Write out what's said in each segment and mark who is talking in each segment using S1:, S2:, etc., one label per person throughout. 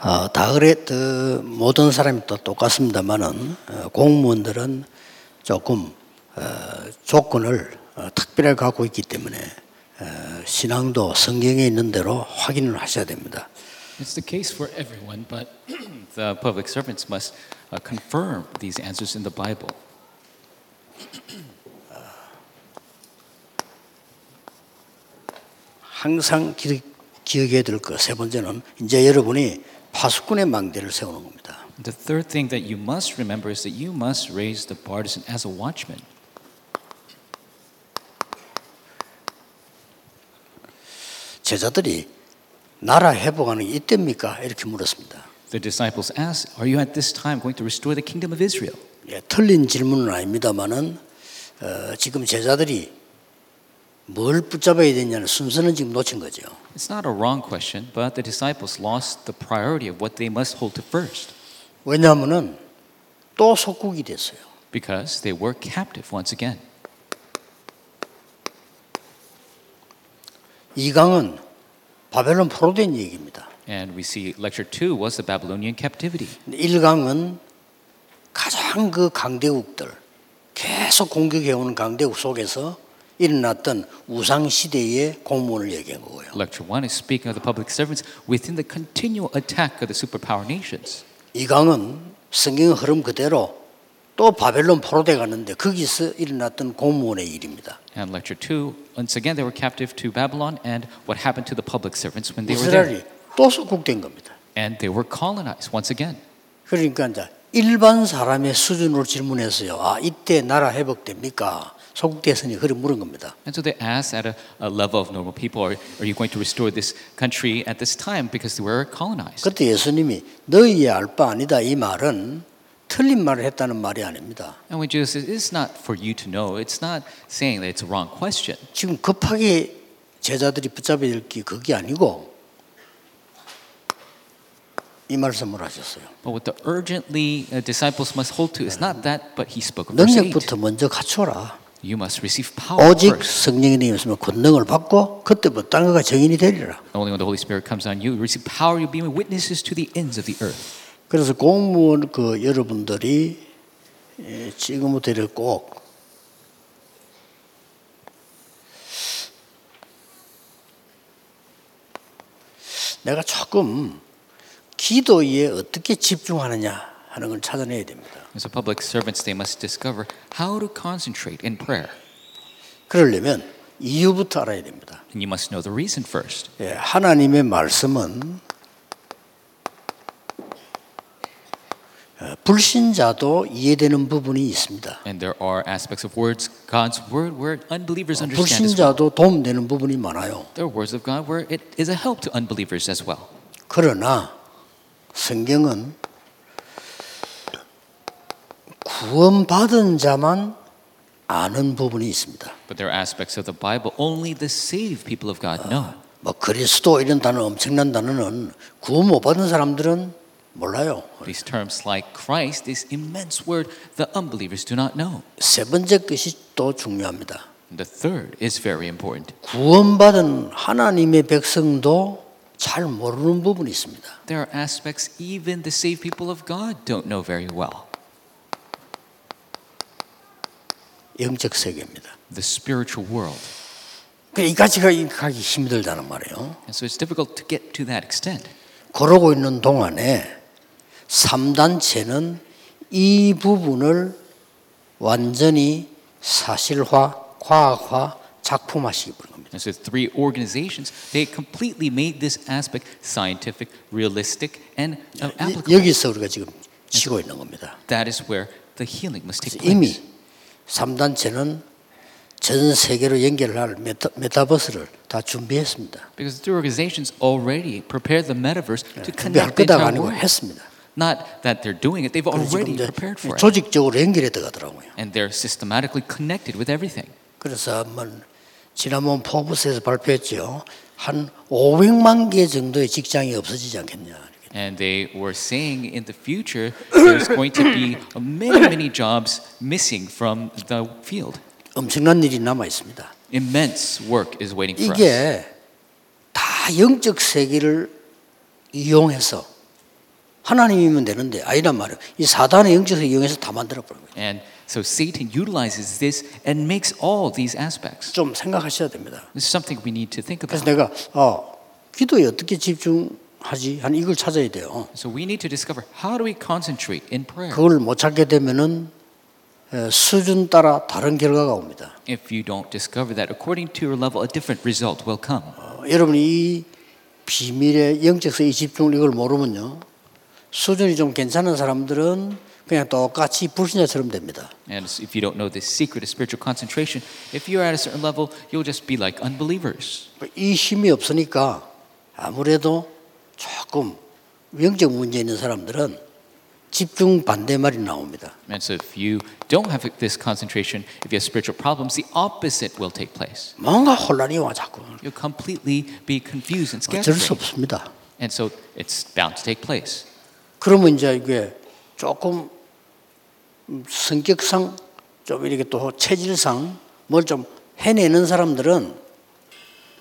S1: 어, 다 그래 그 모든 사람이 또 똑같습니다만은 어, 공무원들은 조금 어, 조건을 어, 특별히 갖고 있기 때문에 어, 신앙도 성경에 있는 대로 확인을 하셔야 됩니다.
S2: It's the case for everyone, but the public servants must uh, confirm these answers in the Bible.
S1: 항상 기, 기억해야 될 것 세 번째는 이제 여러분이 파수꾼의 망대를 세우는 겁니다.
S2: The third thing that you must remember is that you must raise the partisan as a watchman.
S1: 제자들이 나라 회복하는 게 이때입니까? 이렇게 물었습니다.
S2: The disciples asked, Are you at this time going to restore the kingdom of Israel?
S1: 예, 틀린 질문은 아닙니다만은 어, 지금 제자들이 뭘 붙잡아야 되냐는 순서는 지금 놓친 거죠.
S2: It's not a wrong question, but the disciples lost the priority of what they must hold to first
S1: 왜냐하면은 또 속국이 됐어요.
S2: because they were captive once again.
S1: 이 강은 바벨론 포로된 얘기입니다.
S2: And we see lecture two was the Babylonian captivity.
S1: 일강은 가장 그 강대국들 계속 공격해오는 강대국 속에서 일어났던 우상 시대의 공무원을 얘기한 거고요.
S2: Lecture one is speaking of the public servants within the continual attack of the superpower nations.
S1: 이 강은 성경의 흐름 그대로 또 바벨론 포로돼 가는데 거기서 일어났던 공무원의 일입니다.
S2: And lecture two, once again, they were captive to Babylon and what happened to the public servants when they were there.
S1: 이스라엘이 또 속국된 겁니다.
S2: And they were colonized once again.
S1: 그러니까 이제 일반 사람의 수준으로 질문했어요. 아 이때 나라 회복됩니까? 속국됐으니 그를 물은 겁니다.
S2: And so they asked at a, a level of normal people, are, are you going to restore this country at this time because they were colonized?
S1: 그때 예수님이 너희의 알 바 아니다 이 말은 틀린 말을 했다는 말이 아닙니다.
S2: And when Jesus says, it's not for you to know, it's not saying that it's a wrong question.
S1: 지금 급하게 제자들이 붙잡아야 될 게 그게 아니고 이 말씀을 하셨어요.
S2: But what the urgently uh, disciples must hold to is not that, but he spoke
S1: 그
S2: of verse 8.
S1: 능력부터 먼저 갖춰라.
S2: You must receive power
S1: 오직
S2: first.
S1: 성령이 너희 있으면 권능을 받고 그때부터 땅 거가 정인이 되리라.
S2: Only when the Holy Spirit comes on you, you receive power, you'll be witnesses to the ends of the earth.
S1: 그래서 공무원 그 여러분들이 예, 지금부터 이렇게 꼭 내가 조금 기도에 어떻게 집중하느냐 하는 걸 찾아내야 됩니다.
S2: And so public servants, they must discover how to concentrate in prayer.
S1: 그러려면 이유부터 알아야 됩니다.
S2: And you must know the reason first.
S1: 예, 하나님의 말씀은 어, 불신자도 이해되는 부분이 있습니다.
S2: And there are aspects of words, God's word, where unbelievers understand as well.
S1: 불신자도 도움되는 부분이 많아요.
S2: There are words of God where it is a help to unbelievers as well.
S1: 그러나 성경은 구원받은 자만 아는 부분이 있습니다.
S2: But there are aspects of the Bible only the saved people of God know.
S1: 뭐 그리스도 이런 단어 엄청난 단어는 구원 못 받은 사람들은 몰라요.
S2: These terms like Christ, this immense word, the unbelievers do not know.
S1: 세 번째 것이 또 중요합니다.
S2: And the third is very important.
S1: 구원받은 하나님의 백성도 잘 모르는 부분이 있습니다.
S2: There are aspects even the saved people of God don't know very well.
S1: 영적 세계입니다.
S2: The spiritual world.
S1: 그이 가치가 이 가기 힘들다는 말이에요.
S2: And so it's difficult to get to that extent.
S1: 그러고 있는 동안에 3단체는 이 부분을 완전히 사실화, 과학화, 작품화시키는 겁니다.
S2: And so three organizations, they completely made this aspect scientific, realistic, and uh, applicable.
S1: 이- 여기서 우리가 지금 치고 있는 겁니다.
S2: That is where the healing must take place.
S1: 이미 3단체는 전 세계로 연결할 메타, 메타버스를 다 준비했습니다.
S2: Because the three organizations already prepared the metaverse to
S1: 준비할
S2: connect the
S1: 거다가
S2: entire
S1: 아니고
S2: world.
S1: 했습니다.
S2: Not that they're doing it, they've
S1: 그래서 지금
S2: already
S1: 이제
S2: prepared for it.
S1: 조직적으로 연결해 들어가더라고요.
S2: And they're systematically connected with everything.
S1: 그래서 한번 지난번 포브스에서 발표했죠. 한 500만 개 정도의 직장이 없어지지 않겠냐.
S2: And they were saying in the future, there's going to be many, many jobs missing from the field.
S1: 엄청난 일이 남아 있습니다.
S2: Immense work is waiting for us.
S1: 이게 다 영적 세계를 이용해서 하나님이면 되는데 아니란 말이에요. 이 사단의 영적인 영에서 다 만들어 버린 거예요.
S2: And so Satan utilizes this and makes all these aspects.
S1: 좀 생각하셔야 됩니다.
S2: This is something we need to think
S1: 그래서
S2: about.
S1: 내가 어, 기도에 어떻게 집중하지? 한 이걸 찾아야 돼요.
S2: So we need to discover how do we concentrate in prayer?
S1: 그걸 못 찾게 되면은 에, 수준 따라 다른 결과가 옵니다.
S2: If you don't discover that, according to your level, a different result will come.
S1: 어, 여러분이 이 비밀의 영적서 이 집중을 이걸 모르면요. 수준이 좀 괜찮은 사람들은 그냥 똑같이 불신자처럼 됩니다.
S2: And if you don't know this secret of spiritual concentration, if you're at a certain level, you'll just be like unbelievers.
S1: 이 힘이 없으니까 아무래도 조금 영적 문제 있는 사람들은 집중 반대말이 나옵니다.
S2: And so if you don't have this concentration, if you have spiritual problems, the opposite will take place.
S1: 뭔가 혼란이 와 자꾸.
S2: You'll completely be confused and scared.
S1: 어쩔 수 없습니다.
S2: And so it's bound to take place.
S1: 그러면 이제 이게 조금 성격상 좀 이렇게 또 체질상 뭘 좀 해내는 사람들은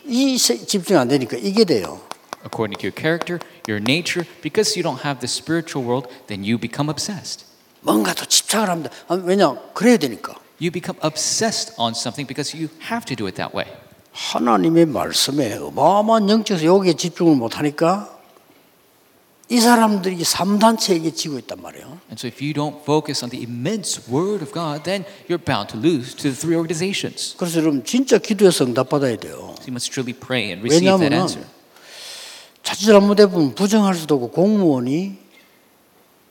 S1: 이 세- 집중이 안 되니까 이게 돼요.
S2: According to your character, your nature, because you don't have the spiritual world, then you become obsessed.
S1: 뭔가 더 집착을 합니다. 아, 왜냐 그래야 되니까
S2: You become obsessed on something because you have to do it that way.
S1: 하나님의 말씀에 어마어마한 영적에서 여기에 집중을 못 하니까 이 사람들이 삼단체에게 지고 있단 말이에요.
S2: And so if you don't focus on the immense word of God, then you're bound to lose to the three organizations.
S1: 그래서 여러분 진짜 기도해서 응답받아야 돼요.
S2: So you must truly pray and receive that
S1: 왜냐하면
S2: answer.
S1: 자칫 잘못해보면 부정할 수도 없고 공무원이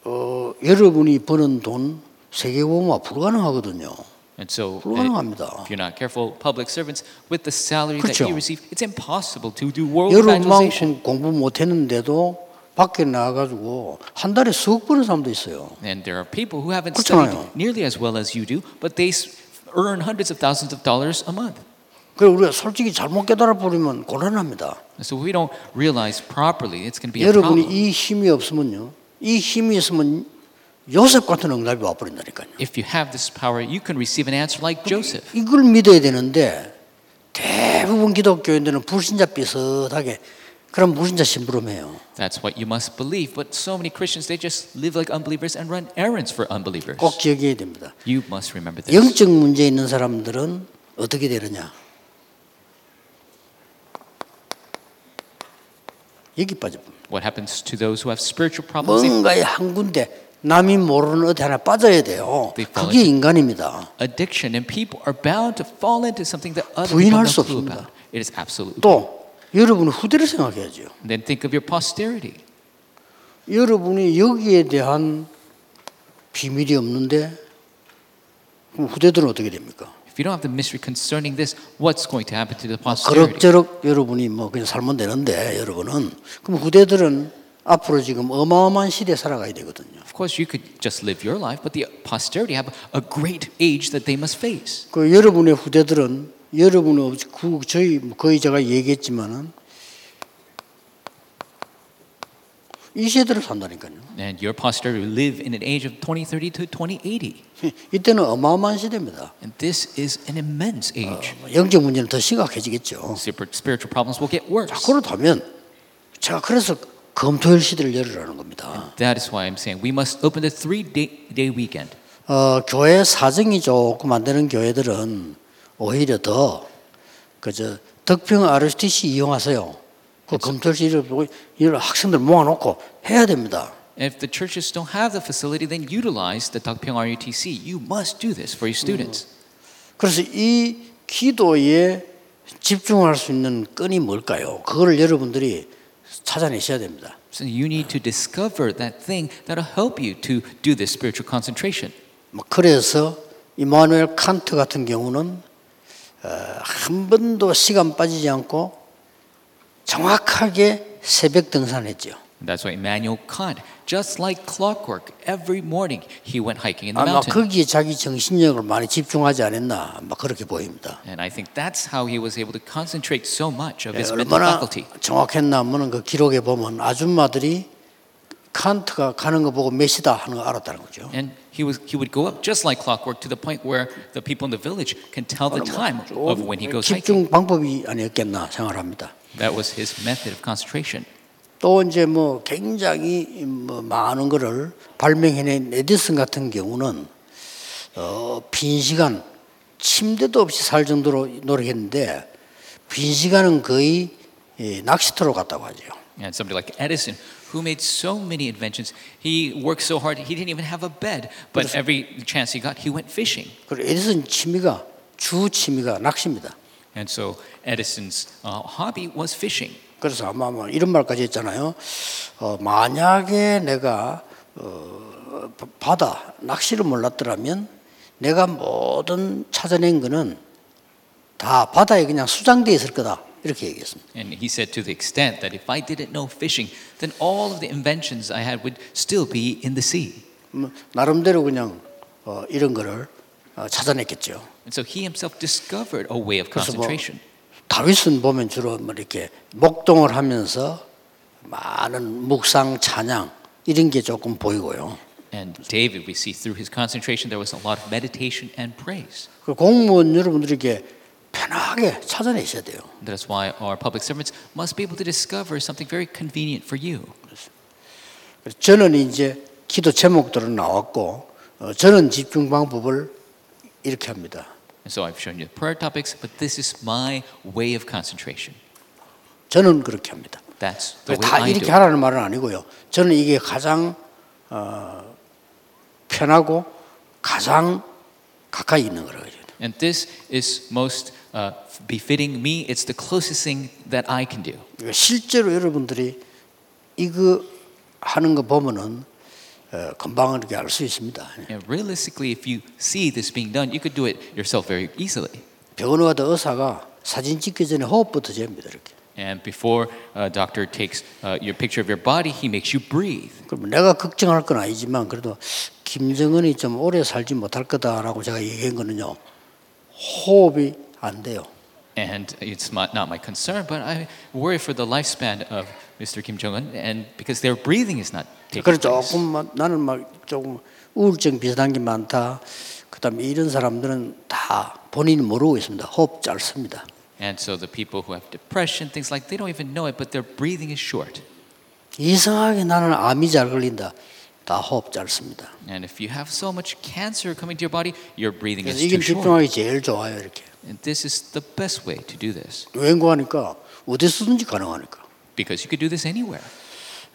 S1: 어, 여러분이 버는 돈 세계보험화 불가능하거든요.
S2: And so, uh,
S1: 불가능합니다.
S2: if you're not careful, public servants, with the salary that
S1: 그렇죠.
S2: you receive, it's impossible to do world evangelization.
S1: 여러분만큼 공부 못했는데도 밖에 나가가지고 한 달에 수억 버는 사람도 있어요.
S2: And there are people who haven't
S1: 그렇잖아요.
S2: studied nearly as well as you do, but they s- earn hundreds of thousands of dollars a month.
S1: 그래서 우리가 솔직히 잘못 깨달아 버리면 곤란합니다.
S2: And so, if we don't realize properly, it's going to be a
S1: 여러분이
S2: problem.
S1: 이 힘이 없으면요, 이 힘이 있으면 요셉 같은 응답이 와버린다니까요.
S2: If you have this power, you can receive an answer like Joseph.
S1: 이걸 믿어야 되는데 대부분 기독교인들은 불신자 비슷하게 그런 불신자 심부름해요.
S2: That's what you must believe. But so many Christians, they just live like unbelievers and run errands for unbelievers.
S1: 꼭 기억해야 됩니다.
S2: You must remember this.
S1: 영적 문제 있는 사람들은 어떻게 되느냐? 여기 빠져봅니다.
S2: What happens to those who have spiritual problems? They
S1: 뭔가에 한 군데 남이 모르는 어디 하나 빠져야 돼요. 그게 인간입니다.
S2: addiction and people are bound to fall into something that other people
S1: 부인할
S2: have
S1: 수
S2: no clue
S1: 없습니다.
S2: about. It is absolutely.
S1: 또 여러분은 후대를 생각해야죠.
S2: And then think of your posterity.
S1: 여러분이 여기에 대한 비밀이 없는데 그럼 후대들은 어떻게 됩니까?
S2: If you don't have the mystery concerning this, what's going to happen to the posterity?
S1: 그럭저럭 여러분이 뭐 그냥 살면 되는데 여러분은 그럼 후대들은 앞으로 지금 어마어마한 시대에 살아가야 되거든요.
S2: Of course, you could just live your life, but the posterity have a great age that they must face.
S1: 그 여러분의 후대들은 여러분의 그 저희 거의 제가 얘기했지만은 이 시대를 산다니까요.
S2: And your posterity will live in an age of 2030 to 2080.
S1: 이때는 어마어마한 시대입니다.
S2: And this is an immense age.
S1: 영적 문제는 더 심각해지겠죠.
S2: Super- Spiritual problems will get worse.
S1: 그렇다면 제가 그래서 검토일 시대를 열으라는 겁니다.
S2: That is why I'm saying we must open the three day, day weekend.
S1: 어, 교회 사정이 조금 안 되는 교회들은 오히려 더 그저 덕평 RSTC 이용하세요. 그 검토일 시대를 보고 이런 학생들 모아놓고 해야 됩니다.
S2: If the churches don't have the facility, then utilize the Dakpyeong RUTC. You must do this for your students.
S1: 그래서 이 기도에 집중할 수 있는 끈이 뭘까요? 그거를 여러분들이 찾아내셔야 됩니다.
S2: So you need to discover that thing that'll help you to do this spiritual concentration.
S1: 뭐 그래서 이마누엘 칸트 같은 경우는 어, 한 번도 시간 빠지지 않고 정확하게 새벽 등산했죠.
S2: And that's why Immanuel Kant, just like clockwork, every morning he went hiking in the
S1: 아마
S2: mountain.
S1: 거기에 자기 정신력을 많이 집중하지 않았나 아마 그렇게 보입니다.
S2: And I think that's how he was able to concentrate so much of his mental
S1: 얼마나
S2: faculty.
S1: 정확했나 하면 그 기록에 보면 아줌마들이 칸트가 가는 거 보고 몇 시다 하는 거 알았다는 거죠.
S2: And he, was, he would go up just like clockwork to the point where the people in the village can tell the time of
S1: 어,
S2: when he goes hiking.
S1: 집중 방법이 아니었겠나 생각합니다.
S2: That was his method of concentration.
S1: 또 이제 뭐 굉장히 뭐 많은 거를 발명해낸 에디슨 같은 경우는 어, 빈 시간 침대도 없이 살 정도로 노력했는데 빈 시간은 거의 이 낚시터로 갔다고 하죠.
S2: And somebody like Edison, who made so many inventions, he worked so hard, he didn't even have a bed, but every chance he got, he went fishing.
S1: 그리고 에디슨 취미가 주 취미가 낚시입니다.
S2: And so Edison's uh, hobby was fishing.
S1: 그래서 아마 뭐 이런 말까지 했잖아요. 어, 만약에 내가 어, 바- 바다 낚시를 몰랐더라면 내가 모든 찾아낸 거는 다 바다에 그냥 수장돼 있을 거다 이렇게 얘기했습니다.
S2: And he said, to the extent that if I didn't know fishing, then all of the inventions I had would still be in the sea.
S1: 음, 나름대로 그냥 어, 이런 거를 어, 찾아냈겠죠.
S2: And so he himself discovered a way of
S1: 그래서 뭐
S2: concentration.
S1: 다윗은 보면 주로 뭐 이렇게 목동을 하면서 많은 묵상 찬양 이런 게 조금 보이고요.
S2: And David, we see through his concentration, there was a lot of meditation and praise.
S1: 그 공무원 여러분들이 이렇게 편하게 찾아내셔야 돼요.
S2: That's why our public servants must be able to discover something very convenient for you.
S1: 그래서 저는 이제 기도 제목들은 나왔고 어, 저는 집중 방법을 이렇게 합니다.
S2: And so I've shown you the prayer topics, but this is my way of concentration.
S1: 저는 그렇게 합니다.
S2: That's the way
S1: 다
S2: I do.
S1: 이렇게
S2: it.
S1: 하라는 말은 아니고요. 저는 이게 가장 어, 편하고 가장 가까이 있는 거라고 해요.
S2: And this is most uh, befitting me. It's the closest thing that I can do.
S1: 그러니까 실제로 여러분들이 이거 하는 거 보면은 어, 금방 이렇게 알 수 있습니다.
S2: And realistically, if you see this being done, you could do it yourself very easily.
S1: 병원의사 의사가 사진 찍기 전에 호흡부터 잽니다. 이렇게.
S2: And before a doctor takes uh, your picture of your body, he makes you breathe.
S1: 그럼 내가 걱정할 건 아니지만 그래도 김정은이 좀 오래 살지 못할 거다라고 제가 얘기한 거는요. 호흡이 안 돼요.
S2: And it's my, not my concern, but I worry for the lifespan of Mr. Kim Jong Un, and because their breathing is not taking
S1: 예, 그래
S2: place.
S1: 조금 막 나는 막 조금 우울증 비슷한 게 많다. 그다음에 이런 사람들은 다 본인이 모르고 있습니다. 호흡 짧습니다.
S2: And so the people who have depression, things like they don't even know it, but their breathing is short.
S1: 이상하게 나는 암이 잘 걸린다. 다 호흡 짧습니다.
S2: And if you have so much cancer coming to your body, your breathing
S1: 그래서
S2: is
S1: 이게
S2: too short.
S1: 집중하기 제일 좋아요 이렇게.
S2: And this is the best way to do this
S1: 연구하니까 어디서든지 가능하니까.
S2: because you could do this anywhere.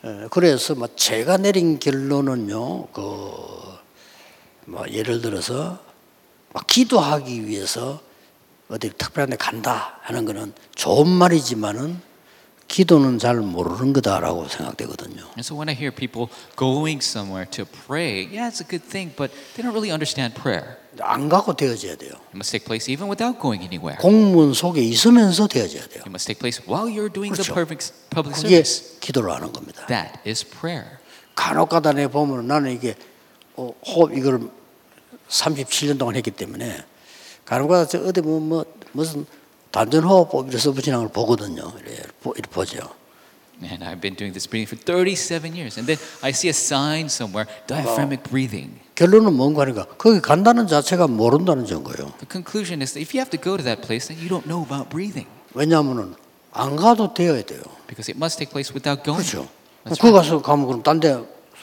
S1: 에, 그래서 뭐 제가 내린 결론은요, 그뭐 예를 들어서 막 기도하기 위해서 어디 특별한 데 간다 하는 거는 좋은 말이지만은 기도는 잘 모르는 거다라고 생각되거든요.
S2: And so when I hear people going somewhere to pray, yeah, it's a good thing, but they don't really understand prayer.
S1: 안 가고 되어져야 돼요.
S2: It must take place even without going anywhere.
S1: 공문 속에 있으면서 되어져야 돼요.
S2: It must take place while you're doing the
S1: 그렇죠.
S2: perfect public
S1: 그게
S2: service.
S1: 기도를 하는 겁니다.
S2: That is prayer.
S1: 간혹가다 내 보면 나는 이게 어, 호흡 이걸 37년 동안 했기 때문에 간혹가다 저 어디 뭐, 뭐 무슨 단전 호흡법이라 써붙이는 걸 보거든요. 이래, 보- 이래 보죠.
S2: And I've been doing this breathing for 37 years. And then I see a sign somewhere, diaphragmic breathing.
S1: 결론은 뭔가 하니까 거기 간다는 자체가 모른다는 증거예요.
S2: The conclusion is that if you have to go to that place, then you don't know about breathing
S1: 왜냐하면은 안 가도 되어야 돼요.
S2: because it must take place without going.
S1: 그렇죠.
S2: That's
S1: 그
S2: right.
S1: 가서 가면 그럼 딴 데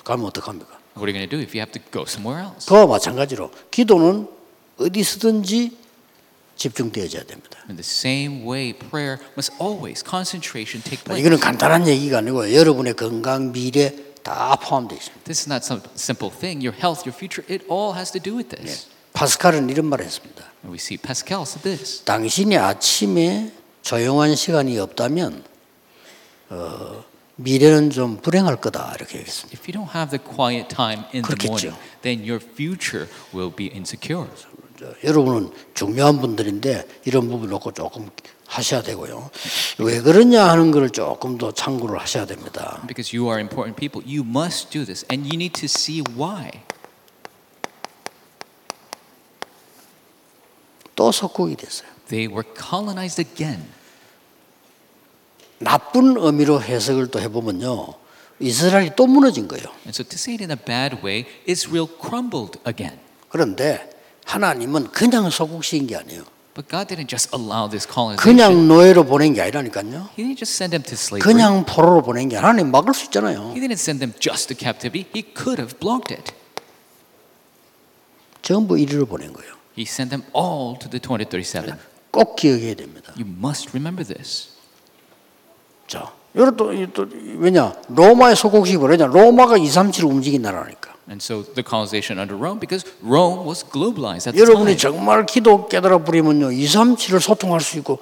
S1: 가면 어떡합니까?
S2: What are you going to do if you have to go somewhere else?
S1: 그와 마찬가지로 기도는 어디서든지 집중되어져야 됩니다.
S2: In the same way, prayer must always, concentration, take place.
S1: 이거는 간단한 얘기가 아니고 여러분의 건강, 미래 다 포함되어 있습니다.
S2: This is not some simple thing. Your health, your future, it all has to do with this.
S1: 파스칼은 이런 말을 했습니다.
S2: And we see Pascal said this.
S1: 당신이 아침에 조용한 시간이 없다면 어, 미래는 좀 불행할 거다 이렇게 얘기했습니다.
S2: If you don't have the quiet time in the morning,
S1: 그렇겠죠.
S2: then your future will be insecure.
S1: 저, 여러분은 중요한 분들인데 이런 부분 놓고 조금 하셔야 되고요. 왜 그러냐 하는 걸 조금 더 참고를 하셔야 됩니다.
S2: Because you are important people, you must do this, and you need to see why.
S1: 또 속국이 됐어요.
S2: They were colonized again.
S1: 나쁜 의미로 해석을 또 해보면요. 이스라엘이 또 무너진 거예요.
S2: And so, to say it in a bad way, Israel crumbled again.
S1: 그런데 하나님은 그냥 소국시킨 게 아니에요.
S2: But God didn't just allow this colonization.
S1: 그냥 노예로 보낸 게 아니라니까요.
S2: he didn't just send them to slavery.
S1: 그냥 포로로 보낸 게 아니라 하나님 막을 수 있잖아요.
S2: he didn't send them just to captivity. He could have blocked it.
S1: 전부 이리로 보낸 거예요.
S2: He sent them all to the 2037.
S1: 꼭 기억해야 됩니다.
S2: You must remember this.
S1: 자, 이것도 또 왜냐 로마의 소국이 뭐냐 로마가 2, 3, 7을 움직인 나라니까.
S2: And so the colonization under Rome, because Rome was globalized at the
S1: 여러분이
S2: time.
S1: 정말 기도 깨달아 부리면요 2, 3, 7을 소통할 수 있고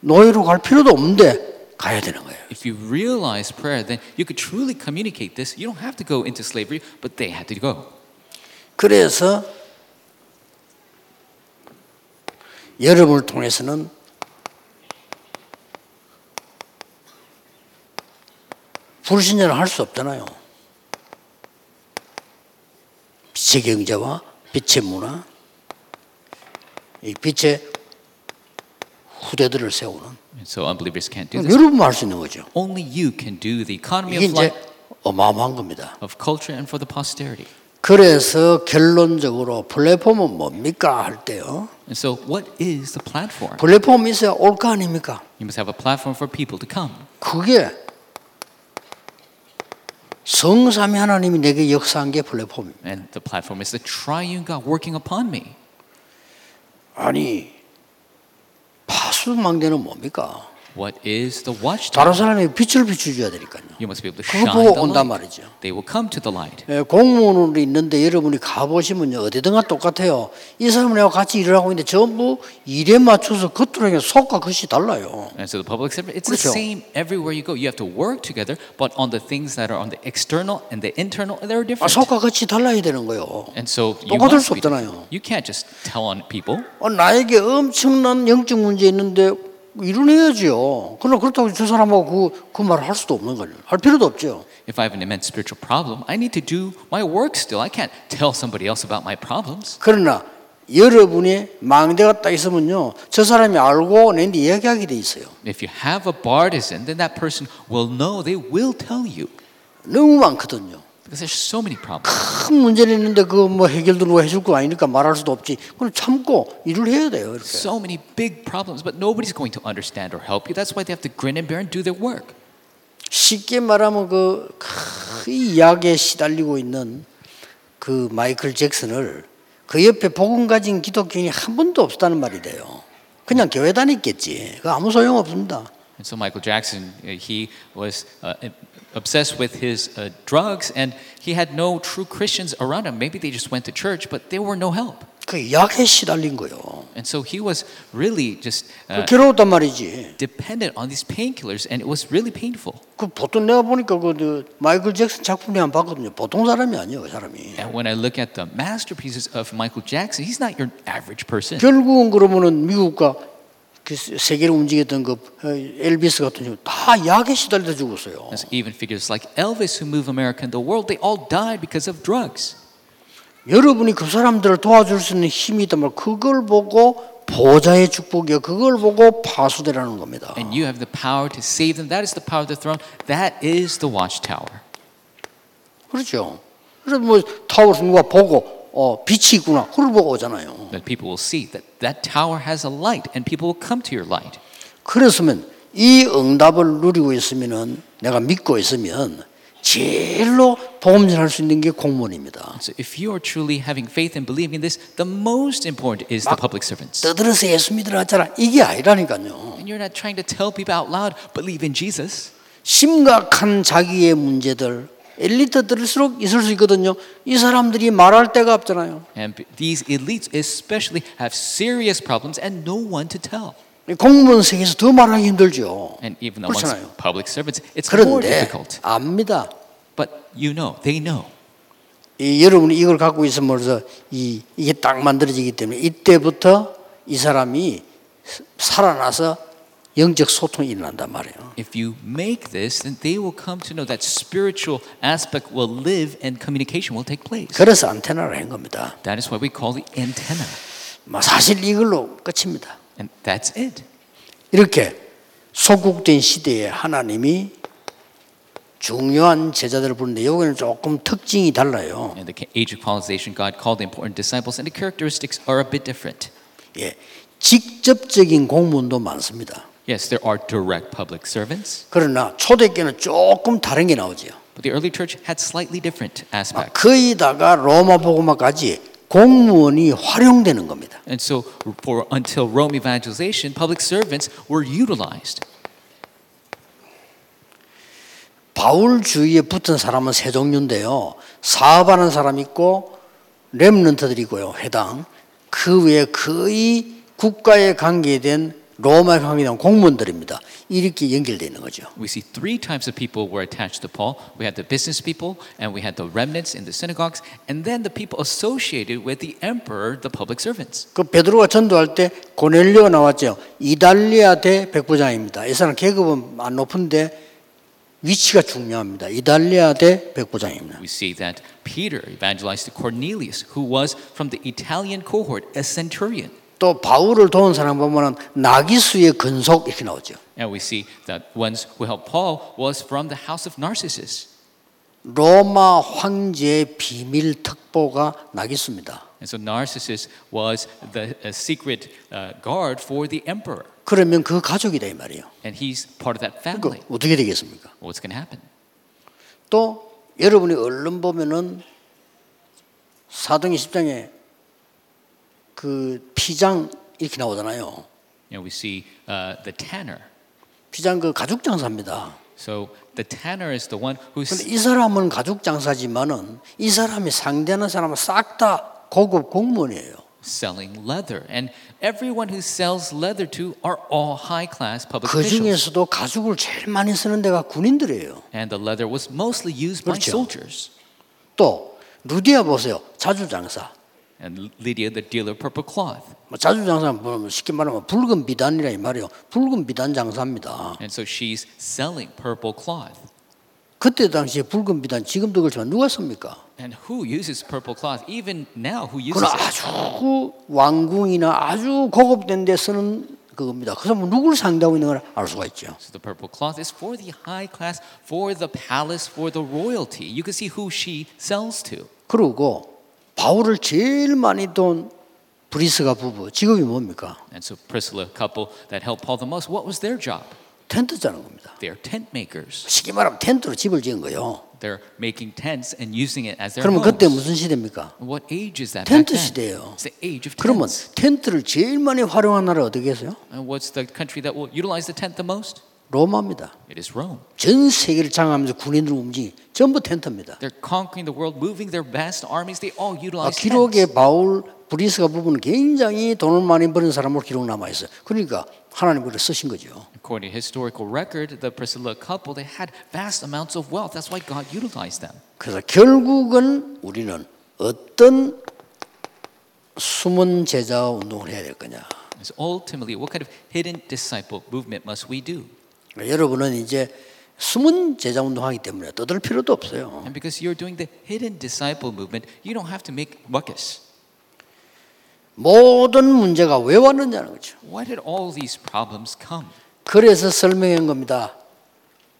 S1: 노예로 갈 필요도 없는데 가야 되는 거예요.
S2: If you realize prayer, then you could truly communicate this. You don't have to go into slavery, but they had to go.
S1: 그래서 여러분을 통해서는 불신자를 할 수 없잖아요. 빛의 경제와 빛의 문화, 이 빛의 후대들을 세우는
S2: And so unbelievers can't do this.
S1: 여러분만 할 수 있는 거죠.
S2: Only you can do the economy
S1: 이게
S2: of
S1: 이제 뭐
S2: life,
S1: 어마어마한 겁니다.
S2: of culture, and for the posterity.
S1: 그래서 결론적으로 플랫폼은 뭡니까 할 때요.
S2: And so, what is the platform?
S1: 플랫폼이 있어야 올 거 아닙니까?
S2: You must have a platform for people to come.
S1: 그게 성삼위 하나님이 내게 역사한 게 플랫폼입니다.
S2: And the platform is the triune God working upon me.
S1: 아니 파수망대는 뭡니까?
S2: What is the watchtower?
S1: 다른 사람에게 빛을 비춰줘야 되니까요.
S2: You must be able to shine
S1: 그거
S2: the
S1: 보고 온단
S2: light.
S1: 말이죠.
S2: They will come to the light.
S1: 예, 공무원으로 있는데 여러분이 가보시면요 어디든가 똑같아요. 이 사람은 하고 같이 일을 하고 있는데 전부 일에 맞춰서 겉으로 하는 속과 겉이 달라요.
S2: And so the public sector, it's the
S1: 그렇죠.
S2: same everywhere you go. You have to work together, but on the things that are on the external and the internal,
S1: 아,
S2: they're different.
S1: 속과 겉이 달라야 되는 거예요.
S2: And so you,
S1: 똑같을
S2: must
S1: 수
S2: be
S1: 없잖아요.
S2: different. you can't just tell on people.
S1: 어, 나에게 엄청난 영적 문제 있는데 이뤄내야지요. 그러나 그렇다고 저 사람하고 그, 그 말을 할 수도 없는 거예요. 할 필요도 없죠.
S2: If I have an immense spiritual problem, I need to do my work still. I can't tell somebody else about my problems.
S1: 그러나 여러분이 망대가 딱 있으면요. 저 사람이 알고 내한테 이야기하게 돼 있어요.
S2: If you have a partisan, then that person will know, they will tell you.
S1: 너무 많거든요.
S2: Because there's so many problems.
S1: 큰 문제는 있는데 그 뭐 해결도 누가 해줄 거 아니니까 말할 수도 없지. 그럼 참고 일을 해야 돼요. 이렇게.
S2: So many big problems, but nobody's going to understand or help you. That's why they have to grin and bear and do their work.
S1: 쉽게 말하면 그이 약에 시달리고 있는 그 마이클 잭슨을 그 옆에 복음 가진 기독교인이 한 번도 없었다는 말이 돼요. 그냥 교회 다녔겠지. 그 아무 소용 없습니다.
S2: And so Michael Jackson, uh, he was uh, obsessed with his uh, drugs and he had no true Christians around him. Maybe they just went to church, but they were no help.
S1: 그 약에 시달린 거요.
S2: And so he was really just
S1: 그
S2: uh,
S1: 괴로웠단 말이지.
S2: dependent on these painkillers and it was really painful.
S1: 그 보통 내가 보니까 그, 그 마이클 잭슨 작품이 안 봤거든요. 보통 사람이 아니에요, 그 사람이.
S2: And when I look at the masterpieces of Michael Jackson, he's not your average person.
S1: 결국은 그러면은 미국과 그 세- 세계를 움직였던 그 어, 엘비스 같은 경우 다 약에 시달려 죽었어요.
S2: As even figures like Elvis, who moved America and the world, they all died because of drugs.
S1: 여러분이 그 사람들을 도와줄 수 있는 힘이 있다면 그걸 보고 보좌의 축복이요 그걸 보고 파수되라는 겁니다.
S2: And you have the power to save them. That is the power of the throne. That is the watchtower.
S1: 그렇죠. 그래서 뭐 타워에서 누가 보고 어 빛이 있구나 그걸 보고 오잖아요.
S2: That people will see that that tower has a light and people will come to your light.
S1: 그랬으면 이 응답을 누리고 있으면은 내가 믿고 있으면 제일로 보험질할 수 있는 게 공무원입니다.
S2: So if you are truly having faith and believing this, the most important is the public servants.
S1: 떠들어서 예수 믿으라 하잖아. 이게 아니라니까요.
S2: And you're not trying to tell people out loud, believe in Jesus.
S1: 심각한 자기의 문제들 엘리트들일수록 있을 수 있거든요. 이 사람들이 말할 데가 없잖아요.
S2: And b- these elites especially have serious problems and no one to tell.
S1: 공무원 세계에서 더 말하기 힘들죠.
S2: And even amongst
S1: 그렇잖아요.
S2: public servants, it's more
S1: 그런데
S2: difficult.
S1: 압니다.
S2: But you know, they know.
S1: 이, 여러분이 이걸 갖고 있으면서 이, 이게 딱 만들어지기 때문에 이때부터 이 사람이 살아나서 영적 소통이 일어난단 말이에요.
S2: If you make this, then they will come to know that spiritual aspect will live and communication will take place.
S1: 그래서 안테나를 한 겁니다.
S2: That is why we call the antenna.
S1: 뭐 사실 이걸로 끝입니다.
S2: And that's it.
S1: 이렇게 소국된 시대에 하나님이 중요한 제자들을 부르는데 여기는 조금 특징이 달라요.
S2: In the ca- age of colonization, God called the important disciples, and the characteristics are a bit different.
S1: 예, 직접적인 공무원도 많습니다.
S2: Yes, there are direct public servants,
S1: 그러나 초대교는 조금 다른 게 나오죠.
S2: but the early church had slightly different aspects.
S1: 거의다가 로마 복음화까지 공무원이 활용되는 겁니다.
S2: And so, for until Rome evangelization, public servants were utilized.
S1: 바울 주위에 붙은 사람은 세 종류인데요. 사업하는 사람 있고 렘넌트들이고요. 회당. 그 외에 거의 국가에 관계된 로마에 관계된 공무원들입니다. 이렇게 연결되어 있는 거죠.
S2: We see three types of people were attached to Paul. We had the business people, and we had the remnants in the synagogues, and then the people associated with the emperor, the public servants.
S1: 그 베드로가 전도할 때 고넬료 나왔죠. 이달리아 대 백부장입니다. 이 사람 계급은 안 높은데 위치가 중요합니다. 이달리아 대 백부장입니다.
S2: We see that Peter evangelized to Cornelius, who was from the Italian cohort, a centurion.
S1: 또 바울을 도운 사람 보면은 나기수의 근속 이렇게 나오죠.
S2: And we see that ones who helped Paul was from the house of Narcissus.
S1: 로마 황제의 비밀 특보가 나기수입니다.
S2: And so Narcissus was the uh, secret uh, guard for the emperor,
S1: 그러면 그 가족이다 이 말이에요.
S2: and he's part of that
S1: 그
S2: family.
S1: 어떻게 되겠습니까?
S2: What's going to happen?
S1: 또 여러분이 얼른 보면은 사도행 10장에 그 피장 이렇게 나오잖아요.
S2: You know, we see uh, the tanner.
S1: 피장 그 가죽 장사입니다.
S2: So the tanner is the one
S1: 근데
S2: who's
S1: 이 사람은 가죽 장사지만은 이 사람이 상대하는 사람은 싹 다 고급 공무원이에요.
S2: selling leather, and everyone who sells leather to are all high-class public
S1: 그
S2: officials.
S1: 중에서도 가죽을 제일 많이 쓰는 데가 군인들이에요.
S2: And the leather was mostly used by
S1: 그렇죠.
S2: soldiers.
S1: 또 루디아 보세요. 자주 장사.
S2: and Lydia, the dealer of purple cloth.
S1: 뭐 자주 장사는 뭐 쉽게 말하면 붉은 비단이라 이 말이에요. 붉은 비단 장사입니다.
S2: And so she's selling purple cloth.
S1: 그때 당시에 붉은 비단 지금도 그렇지만 누가 씁니까?
S2: And who uses purple cloth? Even now, who uses
S1: 그건
S2: it?
S1: 아주 왕궁이나 아주 고급된 데 쓰는 그겁니다. 그래서 뭐 누굴 상대하고 있는 걸 알 수가 있죠.
S2: So the purple cloth is for the high class, for the palace, for the royalty. You can see who she sells to.
S1: 그리고 바울을 제일 많이 돈 브리스가 부부 직업이 뭡니까?
S2: And so Priscilla, couple that helped Paul the most, what was their job?
S1: 텐트 짜는 겁니다.
S2: They're tent makers.
S1: 쉽게 말하면 텐트로 집을 지은 거예요.
S2: They're making tents and using it as
S1: 네,
S2: their
S1: 그러면 그때
S2: homes.
S1: 무슨 시대입니까?
S2: What age is that?
S1: 텐트
S2: back then?
S1: 시대예요.
S2: It's the age of
S1: 그러면
S2: tents.
S1: 텐트를 제일 많이 활용한 나라 어디겠어요?
S2: And what's the country that will utilize the tent the most?
S1: 로마입니다.
S2: It is Rome.
S1: 전 세계를 장악하면서 군인들 움직이 전부 텐트입니다.
S2: They're conquering the world, moving their vast armies. They all
S1: 아,
S2: utilize
S1: 기록에
S2: tents.
S1: 바울 브리스가 부부는 굉장히 돈을 많이 버는 사람으로 기록 남아 있어요. 그러니까 하나님 그를 쓰신 거죠.
S2: According to historical record, the Priscilla couple they had vast amounts of wealth. That's why God utilized them.
S1: 그래서 결국은 우리는 어떤 숨은 제자 운동을 해야 될 거냐.
S2: And so ultimately, what kind of hidden disciple movement must we do?
S1: 그러니까 여러분은 이제 숨은 제자 운동하기 때문에 떠들 필요도 없어요.
S2: And because you're doing the hidden disciple movement, you don't have to make ruckus.
S1: 모든 문제가 왜 왔느냐는 거죠.
S2: Why did all these problems come?
S1: 그래서 설명한 겁니다.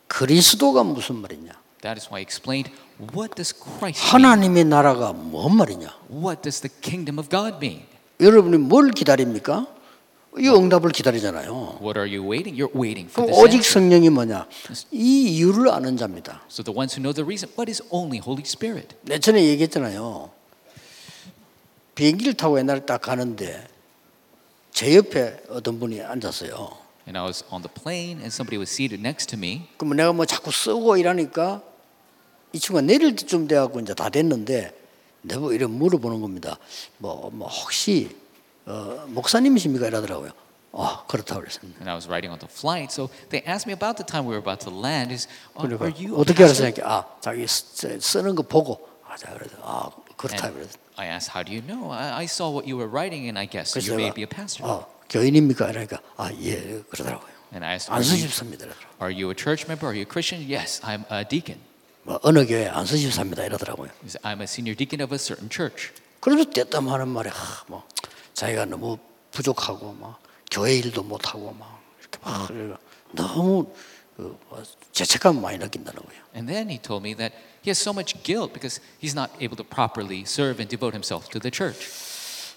S1: 그리스도가 무슨 말이냐?
S2: That is why I explained what does Christ mean?
S1: 하나님의 나라가 뭔 말이냐?
S2: What does the kingdom of God mean?
S1: 여러분이 뭘 기다립니까? 이 응답을 기다리잖아요.
S2: What are you waiting? You're waiting
S1: 그럼
S2: for this.
S1: 오직 성령이 뭐냐? 이 이유를 아는 자입니다.
S2: So the ones who know the reason, what is only Holy Spirit?
S1: 내 전에 얘기했잖아요. 비행기를 타고 옛날에 딱 가는데 제 옆에 어떤 분이 앉았어요.
S2: And I was on the plane, and somebody was seated next to me.
S1: 그러면 내가 뭐 자꾸 쓰고 이러니까 이 친구가 내릴 때쯤 돼갖고 이제 다 됐는데 내가 이래 물어보는 겁니다. 뭐, 뭐 혹시 어, 목사님이십니까? 이러더라고요. 아 그렇다고 그랬습니다.
S2: and I was riding on the flight. So they asked me about the time we were about to land. Is oh,
S1: 그러니까
S2: are you a
S1: 어떻게 알았어?
S2: pastor?"
S1: 이렇게 아 자기 쓰- 쓰는 거 보고 아, 자, 그래서 아 그렇다
S2: And
S1: 그래서
S2: I asked, "How do you know? I, I saw what you were writing, and I guess
S1: 그래서
S2: you
S1: 내가
S2: may be a pastor."
S1: 아 교인입니까? 이러니까 아 예 그러더라고요.
S2: And I asked, are
S1: 안
S2: you,
S1: 쓰십습니다. 이러더라고요.
S2: "Are you a church member? Are you a Christian?" Yes, I'm a deacon.
S1: 뭐 어느 교회 안 쓰십습니다. 이러더라고요.
S2: He said, I'm a senior deacon of a certain church.
S1: 그래서 대담 하는 말에 하, 뭐 자기가 너무 부족하고 막 교회 일도 못 하고 막 이렇게 막 그래가 너무 그뭐 죄책감 많이 느낀다는 거예요.
S2: And then he told me that he has so much guilt because he's not able to properly serve and devote himself to the church.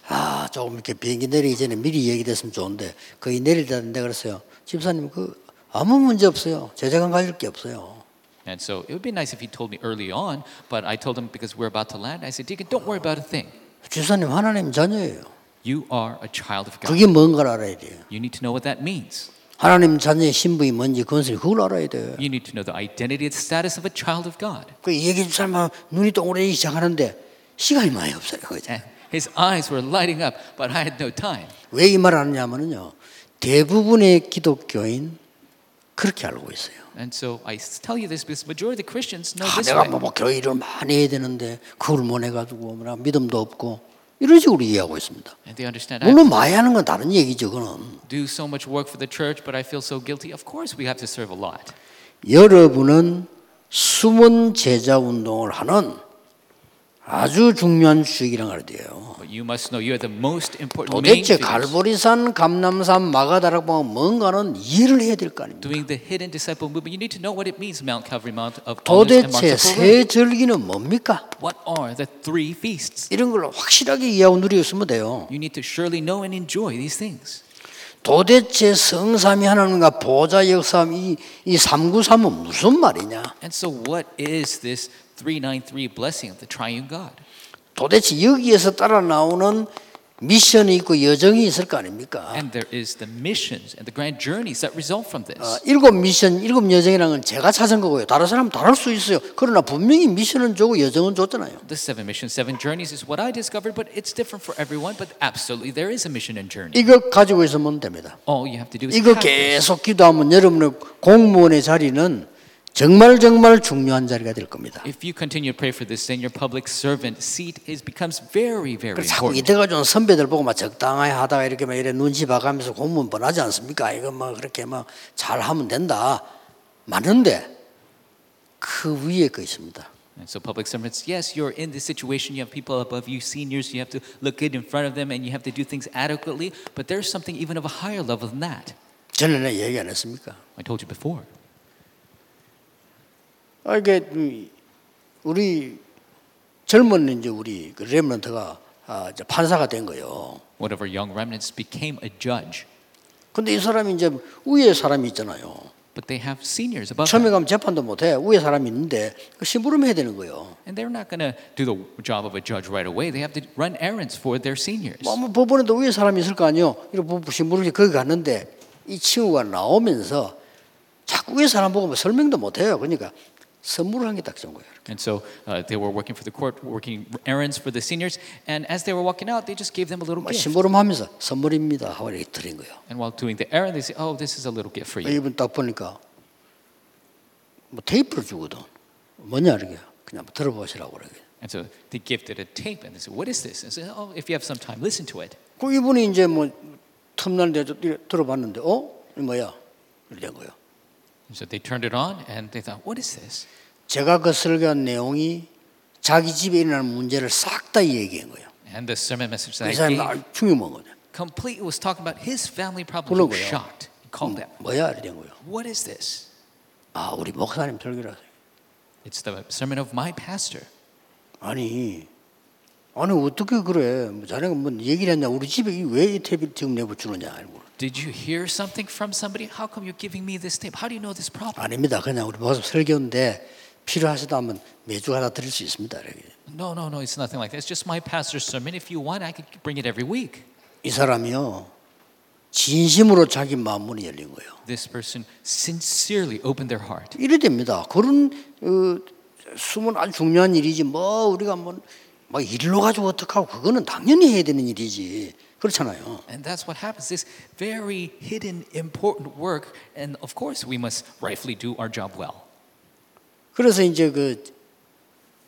S1: 아 조금 이렇게 비행기 내리기 전에 미리 얘기됐으면 좋은데 거의 내릴 때내 그랬어요. 집사님 그 아무 문제 없어요. 제자간 갈릴 게 없어요.
S2: And so it would be nice if he told me early on, but I told him because we're about to land. I said, Deacon, don't worry about a thing.
S1: 집사님 하나님 자녀예요.
S2: You are a child of God.
S1: 그게 뭔가를 알아야 돼요.
S2: You need to know what that means.
S1: 하나님 자녀의 신분이 뭔지 그것을 그걸 알아야 돼요.
S2: You need to know the identity and status of a child of God.
S1: 그 얘기 좀 살면 눈이 동그래지기 시작하는데 시간이 많이 없어요.
S2: And his eyes were lighting up, but I had no time.
S1: 왜 이 말을 하느냐면요. 대부분의 기독교인 그렇게 알고 있어요.
S2: And so I tell you this because majority of the Christians know
S1: 아,
S2: this
S1: 내가
S2: way.
S1: 뭐, 뭐 교회를 많이 해야 되는데 그걸 못 해가지고 뭐라 믿음도 없고 이런 식으로 이해하고 있습니다.
S2: And they understand I
S1: 물론 많이 하는 건 다른 얘기죠. 그는
S2: do so much work for the church, but I feel so guilty. Of course, we have to serve a lot.
S1: 여러분은 숨은 제자 운동을 하는 아주 중요한 주역이라는 걸 돼요.
S2: But you must know you are the most important main
S1: 도대체
S2: figures
S1: 갈보리산, 감남산, 마가다락방 뭔가는 이해를 해야 될 거 아닙니까?
S2: doing the hidden disciple movement. You need to know what it means, Mount Calvary, Mount of
S1: 도대체
S2: Olives, and Mount of Olives.
S1: 새 절기는 뭡니까?
S2: What are the three feasts?
S1: 이런 걸 확실하게 이해하고 누리었으면 돼요.
S2: You need to surely know and enjoy these things.
S1: 도대체 성삼위 하나님과 보좌 역삼 이이 삼구삼은 무슨 말이냐?
S2: And so, what is this 393 blessing of the triune God?
S1: 도대체 여기에서 따라 나오는 미션이 있고 여정이 있을 거 아닙니까?
S2: And there is the missions and the grand journeys that result from this.
S1: 어, 일곱 미션, 일곱 여정이라는 건 제가 찾은 거고요. 다른 사람 다를 수 있어요. 그러나 분명히 미션은 주고 여정은 줬잖아요.
S2: the seven missions, seven journeys is what I discovered, but it's different for everyone. But absolutely, there is a mission and journey.
S1: 이거 가지고 있으면 됩니다.
S2: All you have to do is
S1: 이거
S2: have this.
S1: 계속 기도하면 여러분의 공무원의 자리는 정말 정말 중요한 자리가 될 겁니다.
S2: If you continue to pray for this, then your public servant seat is becomes very, very
S1: 그래서 자꾸
S2: important.
S1: 이때가 좀 선배들 보고 막 적당히 하다가 이렇게 막 이래 눈치 봐가면서 공무원 뻔하지 않습니까? 이거 막 그렇게 막 잘하면 된다. 맞는데 그 위에 거 있습니다.
S2: And so, public servants, yes, you're in this situation. You have people above you, seniors. You have to look good in front of them, and you have to do things adequately. But there's something even of a higher level than that.
S1: 전에는 얘기 안 했습니까?
S2: I told you before.
S1: 아, 이게 음, 우리 젊은 이제 우리 그 렘런트가 아, 이제 판사가 된 거예요.
S2: One of our young remnants became a judge,
S1: 근데 이 사람이 이제 위에 사람이 있잖아요.
S2: but they have seniors above
S1: 처음에
S2: them,
S1: 가면 재판도 못 해. 위에 사람이 있는데 그 심부름해야 되는 거예요.
S2: and they're not going to do the job of a judge right away. They have to run errands for their seniors.
S1: 뭐 아무 법원에도 위에 사람이 있을 거 아니요. 이런 법- 심부름이 거기 갔는데 이 친구가 나오면서 자꾸 위에 사람 보고 뭐 설명도 못 해요. 그러니까 선물을 한 게 딱 좋은 거예요.
S2: And so uh, they were working for the court, working errands for the seniors, and as they were walking out, they just gave them a little
S1: 뭐
S2: gift.
S1: 심부름하면서 선물입니다 하고 이렇게 드린 거예요.
S2: And while doing the errand, they say, "Oh, this is a little gift for you."
S1: 이분 딱 보니까 뭐 테이프를 주거든. 뭐냐 이렇게 그냥 뭐 들어보시라고 그래.
S2: And so they gifted a tape, and they said, "What is this?" And I said, "Oh, if you have some time, listen to it."
S1: 그 이분이 이제 뭐 틈나는데 들어봤는데 어? 이 뭐야? 이렇게 된 거예요.
S2: And so they turned it on, and they thought, "What is this?"
S1: 제가 그 설교한 내용이 자기 집에 일어나는 문제를 싹 다 얘기한 거예요.
S2: And the sermon
S1: 이
S2: message that I
S1: 사람이
S2: gave
S1: 아, 중요한 거거든요.
S2: completely was talking about his family problems. He
S1: Bulungo요.
S2: was shocked. He called them,
S1: 어, 뭐야? 이렇게 된 거예요.
S2: "What is this?"
S1: 아, 우리 목사님 설교라서.
S2: It's the sermon of my pastor.
S1: 아니, 아니 어떻게 그래? 뭐 자네가 뭔 얘기를 했냐? 우리 집에 이 왜이 탭을 지금 내버주느냐? 이러고.
S2: Did you hear something from somebody? How come you're giving me this tape? How do you know this problem?
S1: 아닙니다. 그냥 우리 목사님 설교인데 필요하시다면 매주 하나 드릴 수 있습니다. 이렇게.
S2: No, no, no, it's nothing like that. It's just my pastor's sermon. If you want, I could bring it every week.
S1: 이 사람이요 진심으로 자기 마음 문이 열린 거예요.
S2: This person sincerely opened their heart.
S1: 이래 됩니다. 그런 어, 숨은 아주 중요한 일이지 뭐 우리가 뭐막 일로 가지고 어떡하고 그거는 당연히 해야 되는 일이지 그렇잖아요.
S2: And that's what happens. This very hidden, important work. And of course, we must rightfully do our job well.
S1: 그래서 이제 그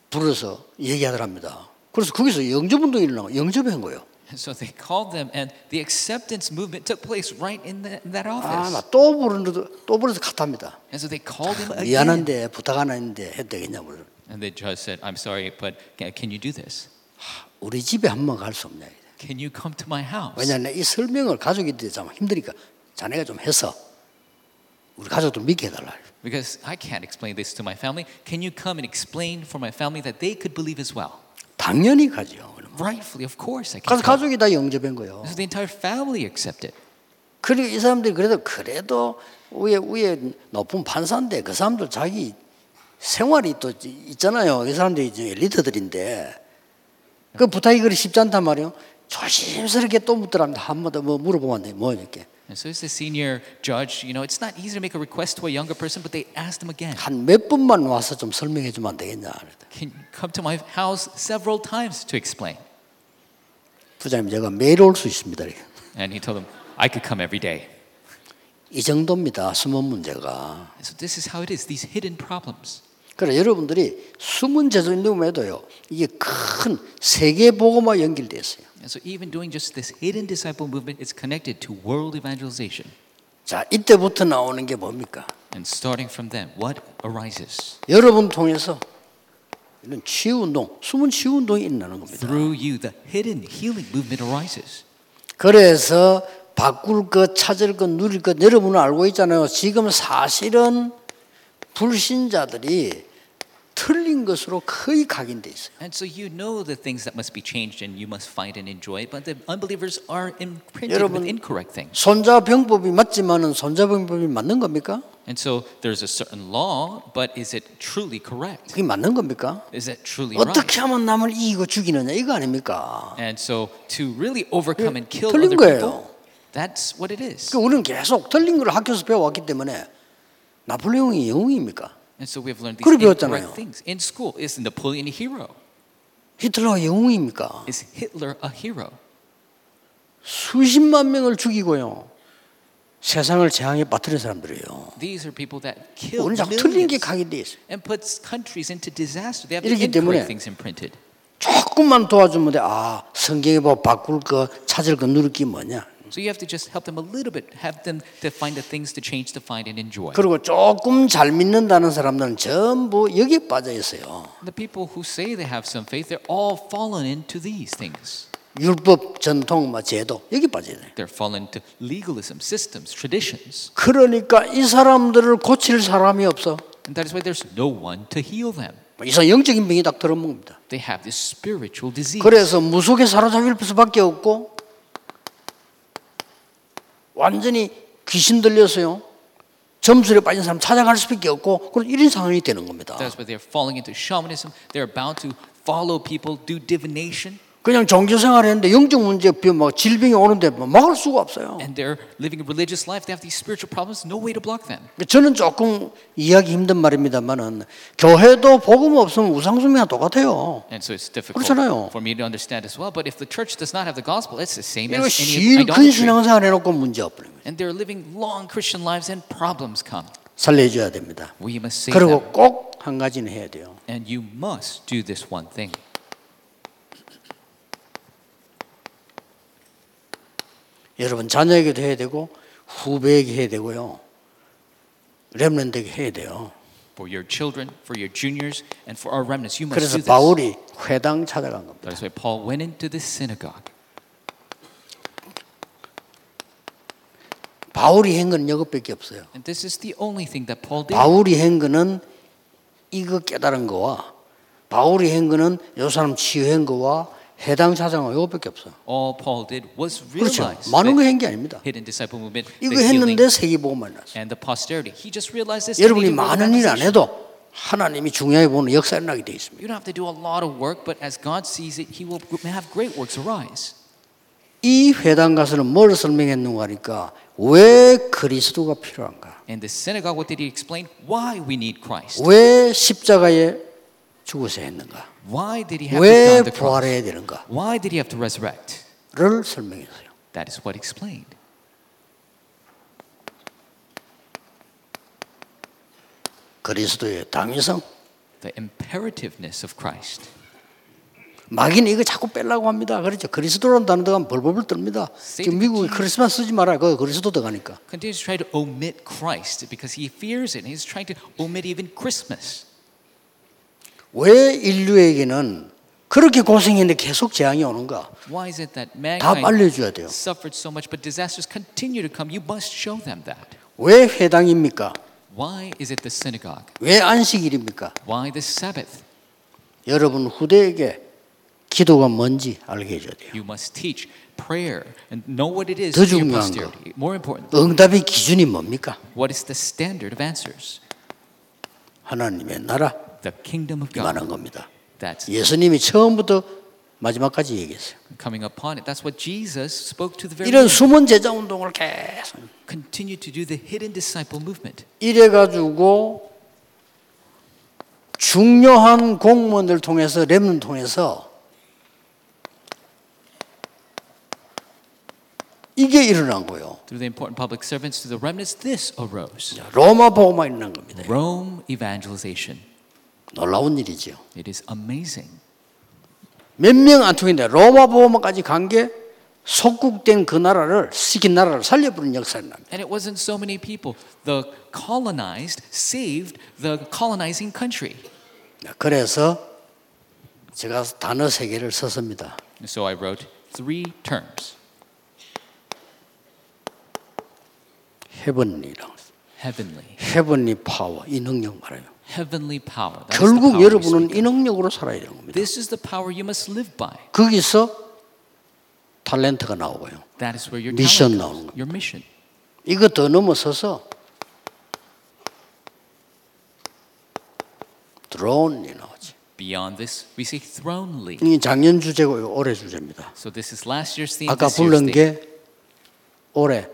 S1: 불어서 얘기하더랍니다. 그래서 거기서 영접 운동이 일어나고 영접한 거예요.
S2: And so they called them, and the acceptance movement took place right in, the, in that office.
S1: 아, 나또 불어서 또 불어서 갔답니다.
S2: and so they called him again.
S1: 미안한데 부탁 하나 했는데 해도 되겠냐고. 그래요.
S2: And the judge said, I'm sorry, but ca- can you do this?
S1: 우리 집에 한 번 갈 수 없냐. 이래.
S2: Can you come to my house?
S1: 왜냐하면 이 설명을 가족이 참 힘드니까 자네가 좀 해서 우리 가족도 믿게 해달라. 이래.
S2: Because I can't explain this to my family. Can you come and explain for my family that they could believe as well?
S1: 당연히 가죠. 그러면.
S2: rightfully, of course, I can.
S1: 그래서
S2: Help.
S1: 가족이 다 영접한 거예요.
S2: So the entire family accepted.
S1: 그리고 이 사람들이 그래도 그래도 위에 위에 높은 판사인데 그 사람들 자기 생활이 또 이- 있잖아요. 이 사람들이 이제 리더들인데 그 부탁이 그리 쉽지 않단 말이에요. 조심스럽게 또 묻더랍니다. 한번더 뭐 물어보면 안 돼. 뭐 이렇게
S2: And so it's the senior judge. You know, it's not easy to make a request to a younger person, but they asked him again.
S1: 한 몇 번만 와서 좀 설명해 주면 안 되겠냐. 그랬더니
S2: Can you come to my house several times to explain?
S1: 부장님 제가 매일 올 수 있습니다. 이렇게.
S2: And he told them, I could come every day.
S1: 이 정도입니다. 숨은 문제가.
S2: And so this is how it is. These hidden problems.
S1: 그래 여러분들이 숨은 제자님에도요. 이게 큰 세계 보고만 연결돼 있어요.
S2: And so even doing just this hidden disciple movement, it's connected to world evangelization.
S1: 자, 이때부터 나오는 게 뭡니까?
S2: And starting from then, what arises?
S1: 여러분 통해서 이런 치유 운동, 숨은 치유 운동이 일어나는 겁니다.
S2: Through you, the hidden healing movement arises.
S1: 그래서 바꿀 것, 찾을 것, 누릴 것 여러분은 알고 있잖아요. 지금 사실은 불신자들이 틀린 것으로 거의 각인돼 있어요.
S2: And so you know the things that must be changed and you must find and enjoy, but the unbelievers are imprinted with
S1: 여러분-
S2: incorrect things.
S1: 손자병법이 맞지만은 손자병법이 맞는 겁니까?
S2: And so there's a certain law, but is it truly correct?
S1: 그게 맞는 겁니까?
S2: Is that truly right?
S1: 어떻게 하면 남을 이기고 죽이느냐 이거 아닙니까?
S2: And so to really overcome and kill
S1: 틀린
S2: other
S1: 거예요.
S2: people, that's what it is.
S1: 그 우리는 계속 틀린 걸 학교에서 배워왔기 때문에 나폴레옹이 영웅입니까?
S2: And so we've learned these
S1: 그걸
S2: incorrect
S1: 배웠잖아요.
S2: things in school. Is Napoleon a hero?
S1: 히틀러가 영웅입니까?
S2: Is Hitler a hero?
S1: 수십만 명을 죽이고요. 세상을 재앙에 빠뜨린 사람들이에요.
S2: These are people that kill
S1: 오늘 자꾸 틀린 게
S2: millions
S1: 각인돼 있어요.
S2: and puts countries into disaster. They have the
S1: 이렇기 때문에
S2: incorrect things imprinted.
S1: 조금만 도와주면 돼. 아, 성경에 뭐 바꿀 거, 찾을 거, 누릴 게 뭐냐.
S2: So you have to just help them a little bit, help them to find the things to change, to find and enjoy.
S1: 그리고 조금 잘 믿는다는 사람들은 전부 여기에 빠져 있어요.
S2: The people who say they have some faith, they're all fallen into these things.
S1: 율법, 전통, 뭐 제도 여기 빠져 있어요.
S2: They're fallen into legalism, systems, traditions.
S1: 그러니까 이 사람들을 고칠 사람이 없어. 뭐
S2: And that is why there's no one to heal them.
S1: 이상 영적인 병이 딱 들어먹습니다.
S2: They have this spiritual disease.
S1: 그래서 무속에 사로잡힐 수밖에 없고 완전히 귀신 들려서요 점술에 빠진 사람 찾아갈 수밖에 없고 그런 이런 상황이 되는 겁니다.
S2: That's why they're falling into shamanism. They're about to follow people, do divination,
S1: 그냥 종교 생활했는데 영적 문제 뭐 질병이 오는데 뭐 막을 수가 없어요.
S2: and they're living a religious life. They have these spiritual problems, no way to block them.
S1: 저는 조금 이해하기 힘든 말입니다만은 교회도 복음 없으면 우상숭배나 똑같아요.
S2: And so it's difficult
S1: 그렇잖아요.
S2: for me to understand as well. But if the church does not have the gospel, it's the same
S1: 이거
S2: as
S1: 실
S2: any
S1: 큰
S2: idolatry.
S1: 신앙생활 해놓고 문제 없어요.
S2: And they're living long Christian lives, and problems come.
S1: 살려줘야 됩니다.
S2: We must save
S1: 그리고
S2: them.
S1: 꼭 한 가지는 해야 돼요.
S2: And you must do this one thing.
S1: 여러분 자녀에게도 해야 되고 후배에게 해야 되고요. 렘런드에게 해야 돼요.
S2: For your children, for your juniors, and for our remnants, you must
S1: 그래서
S2: do this.
S1: 바울이 회당 찾아간 겁니다.
S2: That's why Paul went into the synagogue.
S1: 바울이 한 건 이것밖에 없어요.
S2: And this is the only thing that Paul did.
S1: 바울이 한 거는 이거 깨달은 거와 바울이 한 거는 요 사람 치유한 거와 해당 찾아간 거 이것밖에 없어요.
S2: All Paul did was
S1: 그렇죠.
S2: realize 네.
S1: 많은
S2: the
S1: 거 한 게 아닙니다.
S2: hidden disciple movement, the
S1: 이거
S2: healing,
S1: 했는데 세계보험만 났어요.
S2: and the posterity. He just realized this. and he
S1: 여러분이
S2: did more than
S1: 많은 일 안
S2: opposition.
S1: 해도 하나님이 중요하게 보는 역사 일어나게 돼 있습니다.
S2: You don't have to do a lot of work, but as God sees it, He will have great works arise.
S1: 이 회당 가서는 뭘 설명했는가 하니까 왜 그리스도가 필요한가?
S2: In the synagogue, what did He explain? Why we need Christ?
S1: 왜 십자가에 죽으셔야 했는가?
S2: Why did He have to die
S1: 왜
S2: on the cross?
S1: 부활해야 되는가를
S2: Why did He have to resurrect?
S1: 설명했어요.
S2: That is what explained.
S1: 그리스도의 당위성.
S2: The imperativeness of Christ.
S1: 마귀는 이거 자꾸 빼려고 합니다. 그렇죠. 그리스도라는 단어가 벌벌벌 떱니다. 지금 미국이 크리스마스 쓰지 마라. 그 그리스도 들어가니까.
S2: Continues to try to omit Christ because he fears it. He's trying to omit even Christmas.
S1: 왜 인류에게는 그렇게 고생했는데 계속 재앙이 오는가?
S2: Why is it that
S1: 답
S2: mankind
S1: 알려줘야 돼요.
S2: suffered so much, but disasters continue to come. You must show them that.
S1: 왜 회당입니까?
S2: Why is it the synagogue?
S1: 왜 안식일입니까?
S2: Why the Sabbath?
S1: 여러분 후대에게 기도가 뭔지 알게 해줘야 돼요.
S2: You must teach prayer and know what it is
S1: 더
S2: to your
S1: 중요한 거.
S2: posterity. More important,
S1: 응답의 기준이 뭡니까?
S2: what is the standard of answers?
S1: 하나님의 나라
S2: The kingdom of God.
S1: 이만한 겁니다.
S2: That's
S1: 예수님이 처음부터 마지막까지 얘기했어요.
S2: coming upon it. That's what Jesus spoke to the very
S1: 이런
S2: end.
S1: 숨은 제자 운동을 계속
S2: Continue to do the hidden disciple movement.
S1: 이래 가지고 중요한 공무원들 통해서 렘을 통해서 이게 일어난 거예요.
S2: Through the important public servants, to the remnants, this arose.
S1: 로마 복음만 일어난 겁니다.
S2: Rome evangelization.
S1: 놀라운 일이죠.
S2: It is amazing.
S1: 몇 명 안 통했는데 로마 복음까지 간 게 속국된 그 나라를 시킨 나라를 살려버린 역사를 납니다.
S2: And it wasn't so many people. The colonized saved the colonizing country.
S1: 그래서 제가 단어 세 개를 썼습니다.
S2: So I wrote three terms
S1: 헤븐이라고.
S2: heavenly,
S1: 헤븐이 파워, 이 능력 말해요.
S2: heavenly power. That is the
S1: 결국
S2: power we
S1: 여러분은
S2: speak.
S1: 이 능력으로 살아야 되는 겁니다.
S2: This is the power you must live by.
S1: 거기서 탤런트가 나오고요.
S2: That is where your
S1: 미션
S2: talent
S1: 나오는
S2: goes, your mission.
S1: 이거 더 넘어서서 드론이 나오지.
S2: Beyond this, we see thronely.
S1: 이게 작년 주제고요. 올해 주제입니다.
S2: So this is last year's theme.
S1: 아까
S2: This year's
S1: 부른
S2: theme.
S1: 게 올해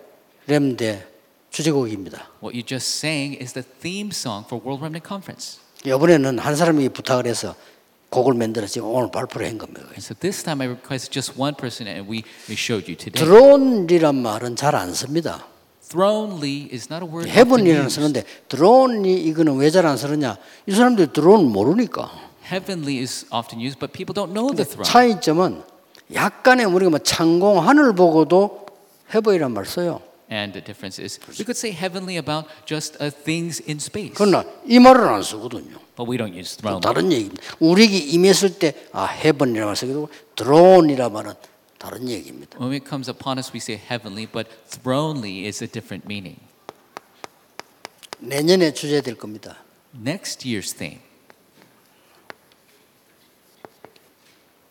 S1: 램대 주제곡입니다.
S2: What you just sang is the theme song for World Remnant Conference.
S1: 이번에는 한 사람이 부탁을 해서 곡을 만들어 지금 오늘 발표를 한 겁니다.
S2: And so this time I requested just one person, and we, we showed you today.
S1: 드론이란 말은 잘 안 씁니다.
S2: Thronely is not a word. often
S1: 헤븐이라는
S2: used.
S1: 쓰는데 드론이 이거는 왜 잘 안 쓰느냐? 이 사람들이 드론 모르니까.
S2: Heavenly is often used, but people don't know the throne.
S1: 차이점은 약간의 우리가 뭐 창공 하늘 보고도 헤븐이란 말 써요.
S2: And the difference is we could say heavenly about just uh, things in space,
S1: 그러나 이 말은 안 쓰거든요.
S2: but we don't use
S1: 또
S2: throne.
S1: 다른 얘기입니다. 우리에게 임했을 때아 헤븐이란 말 쓰기도 하고 드론이란 말은 다른 얘기입니다.
S2: When it comes upon us, we say heavenly, but thronely is a different meaning.
S1: 내년에 주제될 겁니다.
S2: Next year's theme,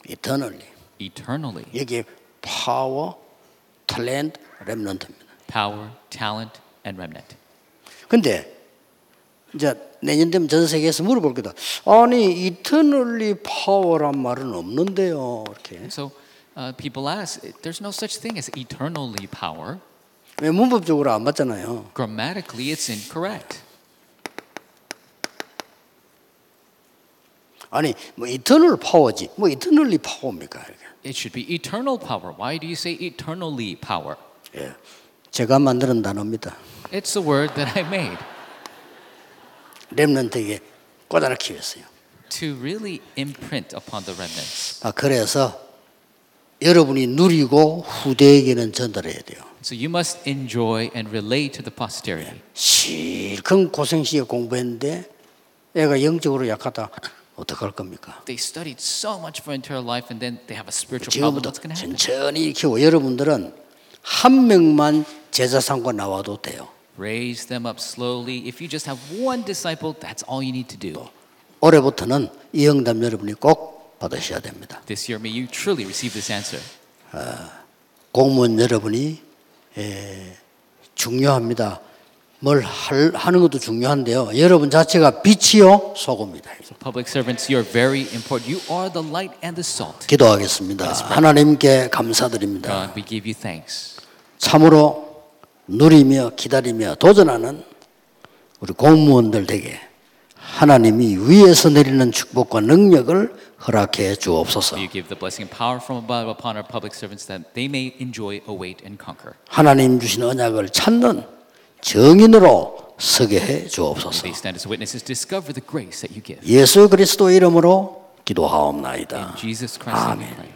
S1: 이터널리
S2: eternally,
S1: 여기에 파워, 탤런트, 렘넌트입니다.
S2: power, talent, and remnant.
S1: 근데 이제 내년 되면 전 세계에서 물어볼 거다. 아니 이터널리 파워란 말은 없는데요. 이렇게
S2: So uh, people ask, there's no such thing as eternally power.
S1: 왜 문법적으로 안 맞잖아요.
S2: Grammatically, it's incorrect.
S1: 아니 뭐 이터널 파워지 뭐 이터널리 파워입니까? 이렇게.
S2: It should be eternal power. Why do you say eternally power?
S1: 예. 제가 만드는 단어입니다.
S2: It's a word that I made
S1: 렘넌트에게 꽂아넣기 위해서요.
S2: to really imprint upon the remnants.
S1: 아 그래서 여러분이 누리고 후대에게는 전달해야 돼요.
S2: So you must enjoy and relate to the posterity.
S1: 실컷 고생시에 공부했는데 애가 영적으로 약하다 어떡할 겁니까?
S2: They studied so much for entire life and then they have a spiritual problem.
S1: 지금부터
S2: What's going to happen?
S1: 천천히 키워 여러분들은 한 명만 제자 삼고 나와도 돼요.
S2: Raise them up slowly. If you just have one disciple, that's all you need to do.
S1: 올해부터는 이 응답 여러분이 꼭 받으셔야 됩니다.
S2: This year, may you truly receive this answer.
S1: 공무원 여러분이 에, 중요합니다. 뭘 할, 하는 것도 중요한데요. 여러분 자체가 빛이요 소금이다.
S2: Public servants, you are very important. You are the light and the salt.
S1: 기도하겠습니다. 아. 하나님께 감사드립니다.
S2: God, we give you thanks.
S1: 참으로 누리며 기다리며 도전하는 우리 공무원들 되게 하나님이 위에서 내리는 축복과 능력을 허락해 주옵소서.
S2: You give the blessing and power from above upon our public servants that they may enjoy, await, and conquer.
S1: 하나님 주신 언약을 찾는 정인으로 서게 해 주옵소서.
S2: They stand as witnesses, discover the grace that you give.
S1: 예수 그리스도 이름으로
S2: In
S1: 기도하옵나이다.
S2: Jesus Christ's name we
S1: Amen.
S2: pray.